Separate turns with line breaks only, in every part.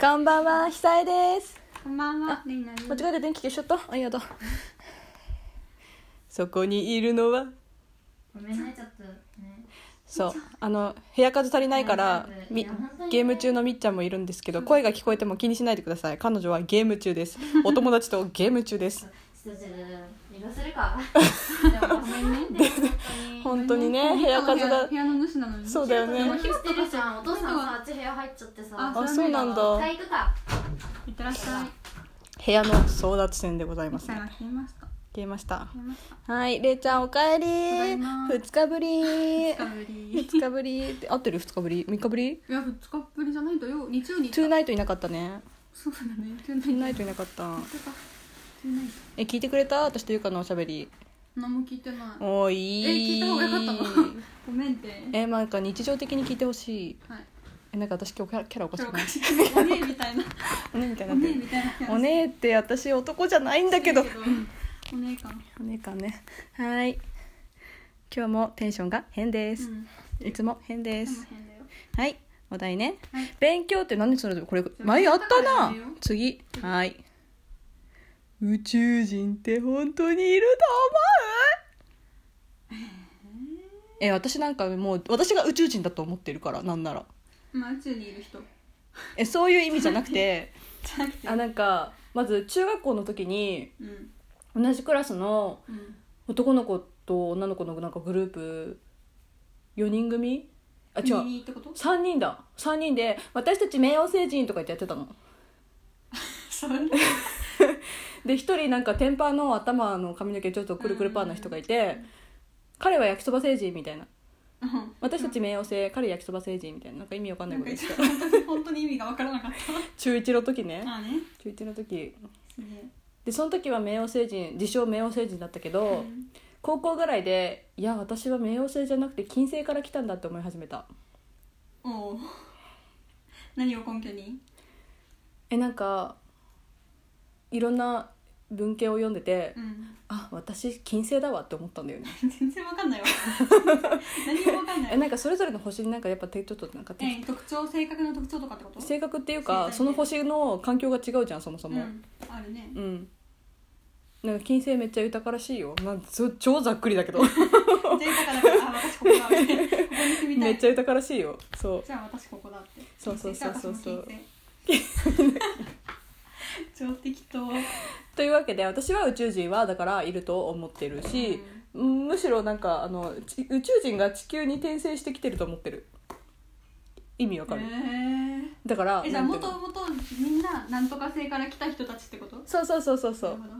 こんばんは、久江です。
こんばんは。何々
間違えて電気消しちゃった。ありがとう。 そこにいるのは。
ごめんね、ちょっとね。
そう、あの部屋数足りないから、みゲーム中のみっちゃんもいるんですけど、声が聞こえても気にしないでください。彼女はゲーム中 です。お友達とゲーム中です。
ちょっとじゃあ移動するか。でもごめんね。でも本
本当にね、部屋数が
部。屋の主なのに。
そう
う。
だよ
当に。
ね。
移動してるじゃん。お父さんさあっち部屋入っちゃってさ。
あ
あ、そうなんだ。
はい行くか。
いってらっしゃい。
部屋の争奪戦でございます
さ
ね。
が消えました。
消えました。
消えました。
はい、れいちゃんおかえり。
だいま
二日ぶり。
二日ぶり。
二日ぶりって合ってる二日ぶり三日ぶり
いや、二日ぶりじゃないんだよ。日曜に行
トゥー
っ
ナイトいなかったね
た。そうだね。トゥ
トゥー
ーナ
ナ
イ
イ
ト。
トいなかった
トゥーナイト。
え聞いてくれた私とゆかのおしゃべり
何も聞いてない。
おーい
え、聞いた方がよかったの。ごめんって。
えなんか日常的に聞いてほしい
はい。
えなんか私今日キャラキャラおかし
今日お
くな
か
い
しい。お姉みたいな。
おねみたい
お
にな
姉
って
みたいな
るお
感じ。
ねえって私男じゃないんだけど
お姉感。
おねえかねはーい今日もテンションが変で
う
す、
ん。
いつも変で
ですも変だよ。
はいお題ね、
はい
勉強って何するのこれ前やったな
勉強だからやめよう
次はい宇宙人って本当にいると思うえ私なんかもう私が宇宙人だと思ってるからなんなら
まあ、宇宙にいる人。
えそういう意味じゃなくて
じゃなく て。
あなんかまず中学校の時に
うん。
同じクラスの
うん。
男の子と女の子のなんかグループ4人組あ違う
国にっ てこと。
3人だ3人で「私たち冥王星人」とか言ってやってたの
そんな。
で一人なんか天パーの頭の髪の毛ちょっとくるくるパーな人がいて、彼は焼きそば星人みたいな
うん
私たち冥王星彼焼きそば星人みたいななんか意味わかんな
ないん
こ
か
と言って
一
た
番本当に意味が分からなかっ
中1の時ね
た。あね。
中1の時
すげえ
でその時は冥王星人自称冥王星人だったけど、
うん
高校ぐらいでいや私は冥王星じゃなくて金星から来たんだって思い始めた
おう何を根拠に？
えなんかいろんな文献を読んでて、
うん。
あ私金星だわって思ったんだよね
全然分かんないわ。何も分かんな
え
い。
なんかそれぞれの星になんかやっぱてちょっとなんか適
え特徴性格の特徴とかってこと？
性格っていう
生
か
態系
その星の環境が違うじゃんそもそうも
ん。あるね
う。ん、なんか金星めっちゃ豊からしいよなんそ超ざっくりだ けど
全員だからあ私ここだ。ここに住みた
め
い。
っちゃ豊からしいよそう
じゃあ私ここだって。
そうそうそうそうそう
金 星。超適当。
というわけで私は宇宙人はだからいると思ってるし、うんむしろなんかあのち宇宙人が地球に転生してきてると思ってる意味わかる、
ええ。
だから
えじゃあ
なんて
も
いうの
ともとみんななんとか星から来た人たちってこと
そうそうそうそうそう
なるほど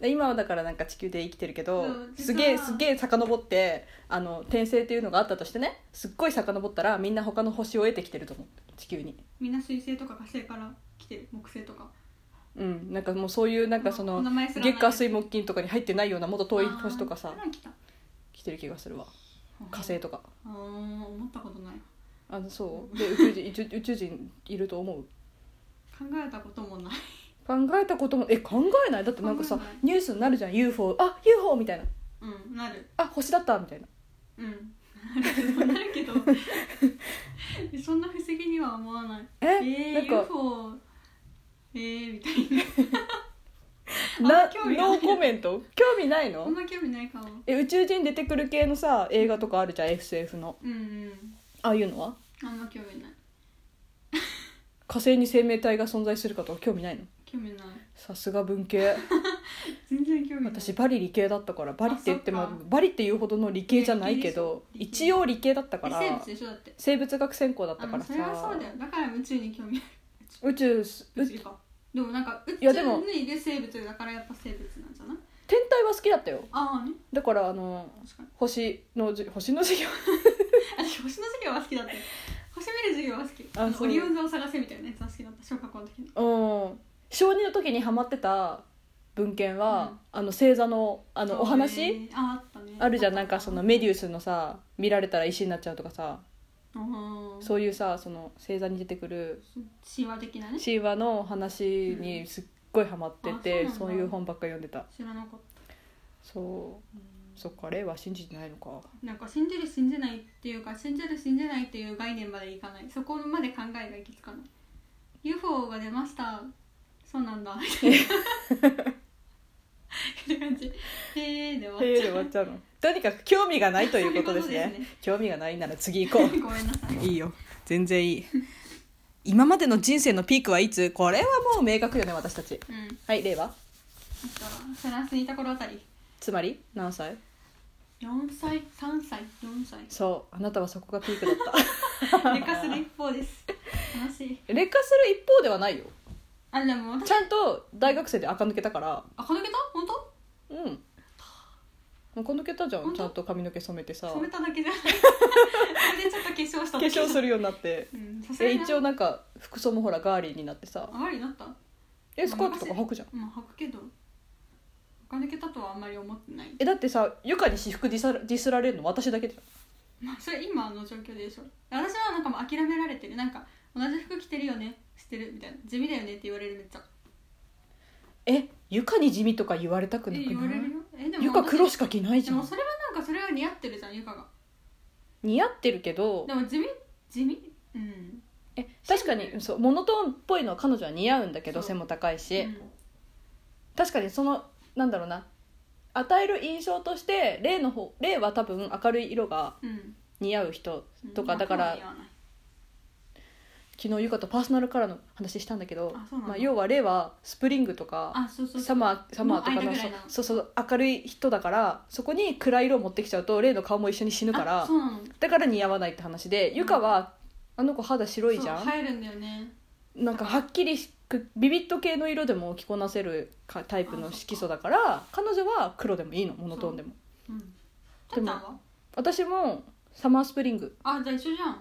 で今はだからなんか地球で生きてるけど、
うん
すげえ
実は
すげえ遡ってあの転生っていうのがあったとしてねすっごい遡ったらみんな他の星を得てきてると思う地球に
みんな水星とか火星から来てる木星とか
うんなんかもうそういうなんかその
名前すらない
月火水木金とかに入ってないようなもっと遠い星とか
あ
さ
ーから来た
来てる気がするわ火星とか
あー思ったことない
あのそうで宇宙人宇宙宇宙人いると思う
考えたこともない
考えたこともえ考えないだってなんかさ
考えない
ニュースになるじゃん UFO あ UFO みたいな
うんなる
あ星だったみたいな
うん なるけど そんな不思議には思わない
え
え
な
ー、
んか
UFO えー、みたいな
な
あ興味ない
ノーコメント興味ないの
あんま興味ないかも
え宇宙人出てくる系のさ映画とかあるじゃん SF の
うんうん
ああいうのは
あんま興味ない
火星に生命体が存在するかとか興味ないの
興味ない
さすが文 系
全然興味ない
私バリ理系だったからバリって言っても
あそっか
バリっていうほどの理系じゃないけど
理系でしょ
一応理系だったか
え
ら
生物でしょだって
生物学専攻だっ
あ
たから
の
さ
それはそうだよだから宇宙に興味ある
宇宙す
宇
う
宙かでもなんか宇
い
宙
やでも
にいる生物だからやっぱ生物なんじゃない
天体は好きだったよ
ああね
だからあの
確かに
星のじ星の授業
私 星の授業は好きだったよ星見る授業は好き
あ
あの
そう
オリオン座を探せみたいなやつは好きだった小学校の時に
うん小2の時にハマってた文献は、あの星座のあのお話、
えーああったね
あるじゃんなんかそのメデュースのさ見られたら石になっちゃうとかさ
うん
そういうさその星座に出てくる
神話的なね
神話の話にすっごいハマってて、
うんあ
そ
そううなんだ
いう本ばっか読んでた
知らなかった
そうそっか霊は信じてないの か
なんか信じる信じないっていうか信じる信じないっていう概念までいかないそこまで考えが行き着かない UFO 報が出ましたそうなんだみたいな感じへえで
ってい
終わ
う
っ
で
ち
終
ゃ
わっ
う
ちゃうのとにかく興味がないということですね
そういうことですね
興味がないなら次行こ
ごめんなさいう
いいよ全然いい今までの人生のピークはいつこれはもう明確よね私たち
うんあ
はい令和
とはフランスにいた頃あたり
つまり何歳
4歳3歳4歳
そうあなたはそこがピークだっ
劣化する一方です悲しい
た劣化する一方ではないよ
あでも私
ちゃんと大学生で垢抜けたから
あこの桁本当
うん垢抜けたじゃん
本当
ちゃんと髪の毛染めてさ
染め
化
た だけじゃないそれでちょっと化粧しただけ
粧するようになって
うんさすが
え
にな
一応なんか服装もほらガーリーになってさ
ありになったう
えスカートとか履くじゃん
ん履くけど垢抜けたとはあんまり思ってない
えだってさゆかに私服ディスらディスられるの私だけじゃん
まあそれ今の状況でしょ私はなんかもう諦められてるなんか同じ服着てるよね知ってるみたいな地味だよねって言われるめっちゃ
えゆかに地味とか言われたく
え
なく
言わ
な
れ
い
るよえでも
ゆか
私
黒しか着ないじ
で
ゃ
も
ん
それはなんかそれは似合ってるじゃんゆかが
似合ってるけど
でも地味地味うん
え確かにそうモノトーンっぽいのは彼女は似合うんだけど
そう
背も高いし、
うん
確かにそのなんだろうな与える印象として例の方例は多分明るい色が
うん
似合う人
うん
とかだか
まあ
ら
黒は似合わない
昨日ゆかとパーソナルカラーの話したんだけど
あそうなんだ
まあ、要は例はスプリングとか
あそうそうそう
サマーサマーとか
もう
の
間ぐら
そ
いな
そうそう明るい人だからそこに暗い色を持ってきちゃうと例の顔も一緒に死ぬか
あ
ら
そうなの
だから似合わないって話でゆかはあの子肌白いじゃん
そう入るんだよね
なんかはっきりしくビビット系の色でも着こなせるかタイプの色素だから彼女は黒でもいいのモノトーンでも
うんた
で
っちゃ
も
んは
私もサマースプリング
あじゃあ一緒じゃん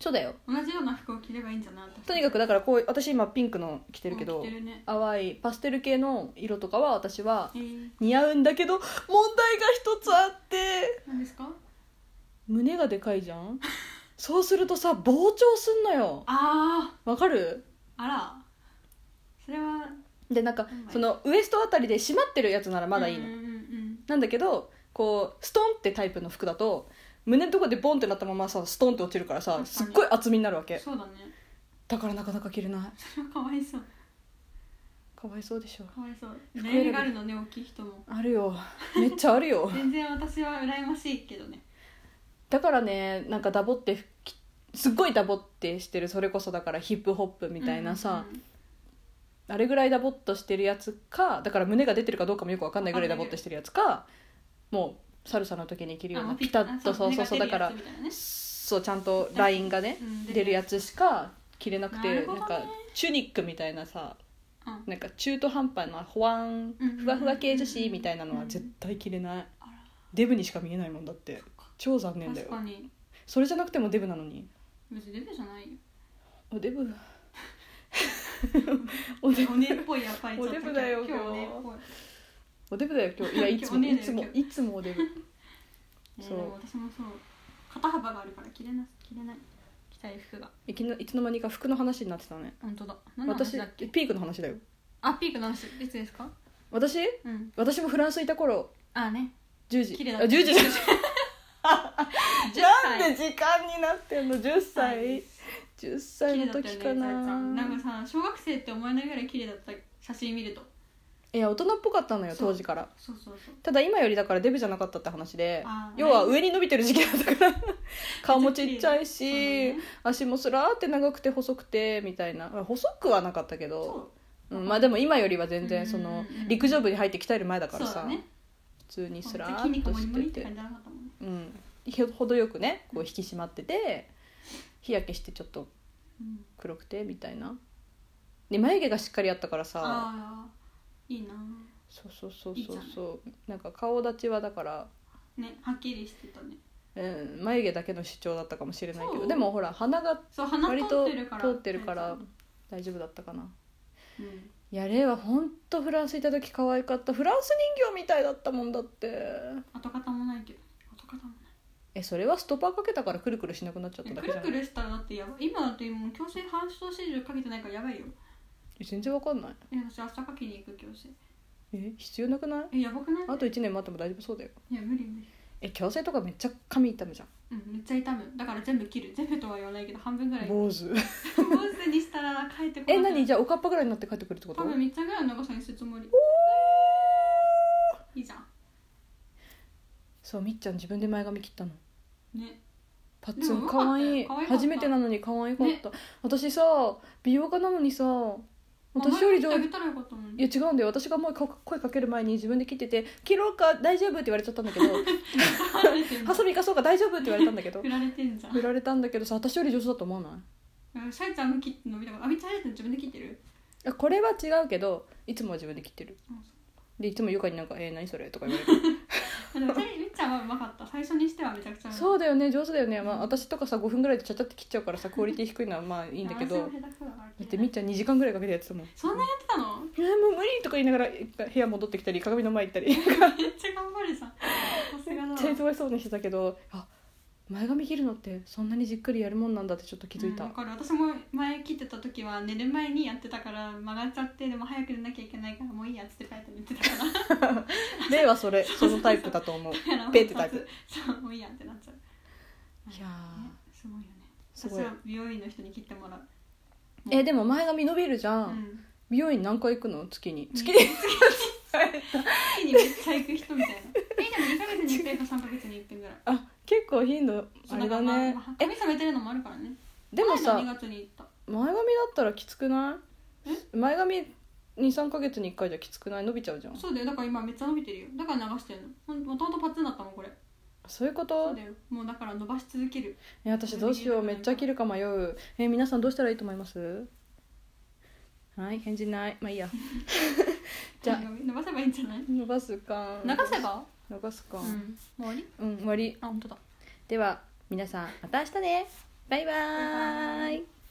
そうだよ
同じような服を着ればいいんじゃない私
とにかくだからこう私今ピンクの着てるけ
うん
ど
着てるね
淡いパステル系の色とかは私は
えー、
似合うんだけど問題が一つあって
何ですか
胸がでかいじゃ んそうするとさ膨張すんのよ
あ
わかる
ああらそれは
でなんか
うん
そのウエストあたりで締まってるやつならまだいいの
うんうんうん
なんだけどこうストンってタイプの服だと胸のとこでボンってなったままさストンって落ちるから
確
さ
か
す
に
っごい厚みになるわ
うん
け
そうだね
だからなかなか着れない
それはかわいそう
かわいそうでしょ
かわいそう
服選び
悩みがあるのね大きい人も
あるよめっちゃあるよ
全然私は羨ましいけどね
だからねなんかダボってきすっごいダボってしてるそれこそだからヒップホップみたいなさ、
うんうん
あれぐらいダボっとしてるやつかだから胸が出てるかどうかもよくわかんないぐらいダボっとしてるやつかもうサルサの時に着る
うん
よう
あも
な
う
ピタッと
あ
そうそうそうだ
目が
から
出るやつみたいなね
そうちゃんとラインがね
うん
出るやつしか着れなく
な
て
るほ
な
ど
ん
ね
かチュニックみたいなさ
うん
なんか中途半端なホワン
うん
ふわふわ系女子みたいなのは絶対着れない
あ
デブにしか見えないもんだって超残
ら
念だ
確
よ
かに
それじゃなくてもデブなのに
別にデブじゃないよ
おデ ブおデ
おねっぽいやっぱりちょっ
お
と
デブだよ
今
今
日
日
おねっぽい
おデブだよ今日いやいつも
今日おね
い
えだ
つ
よ
もいつもお デブ
ね
そう
でも私もそう肩幅があるから着れな着れない着たい服が
いきないつの間にか服の話になってたね
本当だ何の話
私
だっけ
ピークの話だよ
あピークの話いつですか
私
うん
私もフランスいた頃
あね
10時
綺麗だ
あ10時じゃないな
10
んで時間になってんの10
は
歳
い
10歳の時
綺
か
麗だったよねさやちゃ
なん
なんかさ小学生って思えないぐらい綺麗だった写真見ると
いや大人っぽかったのよ
そう
当時から
そうそうそう
ただ今よりだからデブじゃなかったって話で
あー
要は上に伸びてる時期だった から顔もちっちゃい
そう
し
だね
足もスラーって長くて細くてみたいな細くはなかったけど
そう
うんまあでも今よりは全然そ
うんうんう
の
んうん
陸上部に入って鍛える前だから
そうだ
さ
ね
普通にスラ
筋
ーっ
肉
と
もり
し
もりってて
て
感じじゃなかったもんね
うんひょ程よくねこう引き締まってて日焼けしてちょっと
うん
黒くてみたいなで眉毛がしっかりあったからさ
ああいいな
そうそうそう
いい
そう
じゃない
そうなんか顔立ちはだから、
ねはっきりしてたね
うん、眉毛だけの主張だったかもしれないけ
そ
ど
う
でもほら鼻が
そう鼻
割
通っ
と
てるから
通ってるから大丈夫だったかな
うん
いやレイはほんとフランス行った時可愛かったフランス人形みたいだったもんだって
跡形もないけど跡形もない
えそれはストッパーかけたからくるくるしなくなっちゃっただ
く
けじ
る
ゃ
く
ない
るしたらだってやばい今だってもう強制反射指示かけてないからやばいよ
え全然わかんない
え私明日かけに行く強制
え必要なくない
えやばくない
あと1年待っても大丈夫そうだよ
いや無理無理
え矯正とかめっちゃ髪痛むじゃん
うんめっちゃ痛むだから全部切る全部とは言わないけど半分ぐらい
坊主
坊主月にしたら帰ってこ
え
なくな
何
る
じゃあおかっぱぐらいになって帰ってくるってこと
多分3日ぐらいの長さにするつもりいいじゃん
そうみっちゃん自分で前髪切ったの
ね
パッツン
でも
かわいい
よかったよ可愛かった
初めてなのにかわいかった、
ね
私さ美容家なのにさ私より上
名前
手
言ってあげたらよかったのに
いや違うんだよ私がもうか声かける前に自分で切ってて「切ろうか大丈夫?」って言われちゃったんだけ ど
振られてん
「
じゃ
ハ
ん
サミかそうか大丈夫?」って言われたんだけど
振られてんじゃん
振られたんだけどさ私より上手だと思わない
うんシャイちゃんの切って伸びたからあみちゃんシャイちゃん自分で切ってる
あこれは違うけどいつもは自分で切ってる
うん
でいつもゆかになんか「えー、何それ?」とか言われる
あでもチャイみっちゃんはうまかった最初にしてはめちゃくちゃう
そうだよね上手だよね、まあ、私とかさ5分ぐらいでちゃちゃって切っちゃうからさクオリティ低いのはまあい
い
いんだけ
私
ど
も下手くそだから
だってみっちゃん2時間ぐらいかけてやってたもん
そんなやってたの
いやもう無理とか言いながら部屋戻ってきたり鏡の前行ったり
めっちゃ頑張るじゃんさすがだ
め
わ
っちゃ忙しそうにしてたけどあ前髪切るのってそんなにじっくりやるもんなんだってちょっと気づいた、
うんわかる私も前切ってた時は寝る前にやってたから曲がっちゃってでも早く寝なきゃいけないからもういいやっつって帰って寝てたから
例はそれそのタイプだと 思うい
だか ら
ペッてタイプ
そうもういいやってなっちゃう
や
ねすごいよね
すごい
私は美容院の人に切ってもらう
ーえでも前髪伸びるじゃん、
うん
美容院何回行くの月に
ん
月に
月にめっちゃ行く人みたいなえでも2ヶ月に1回か3ヶ月に1回ぐらい
あ結構頻度あ
そう
れだ
からまあ
ね
まあ髪染めてるのもあるからね
えでもさ前
前の2月に行った
髪だったらきつくない前髪23か月に1回じゃきつくない伸びちゃうじゃん
そうだよだから今めっちゃ伸びてるよだから流してるのほんもともとパッツンだったもんこれ
そういうこ
そ
と
うだよもうだから伸ばし続ける
え私どうしようめっちゃ切るか迷うえ皆さんどうしたらいいと思いますはい返事ないまあいいや じゃあ
伸ばせばいいんじゃない
伸ばすか
流せば
流すか
うん終わり
うん、終わり
あ本当だ
では皆さんまた明日ねバイバ
バイバ
ー
ー
イ
イ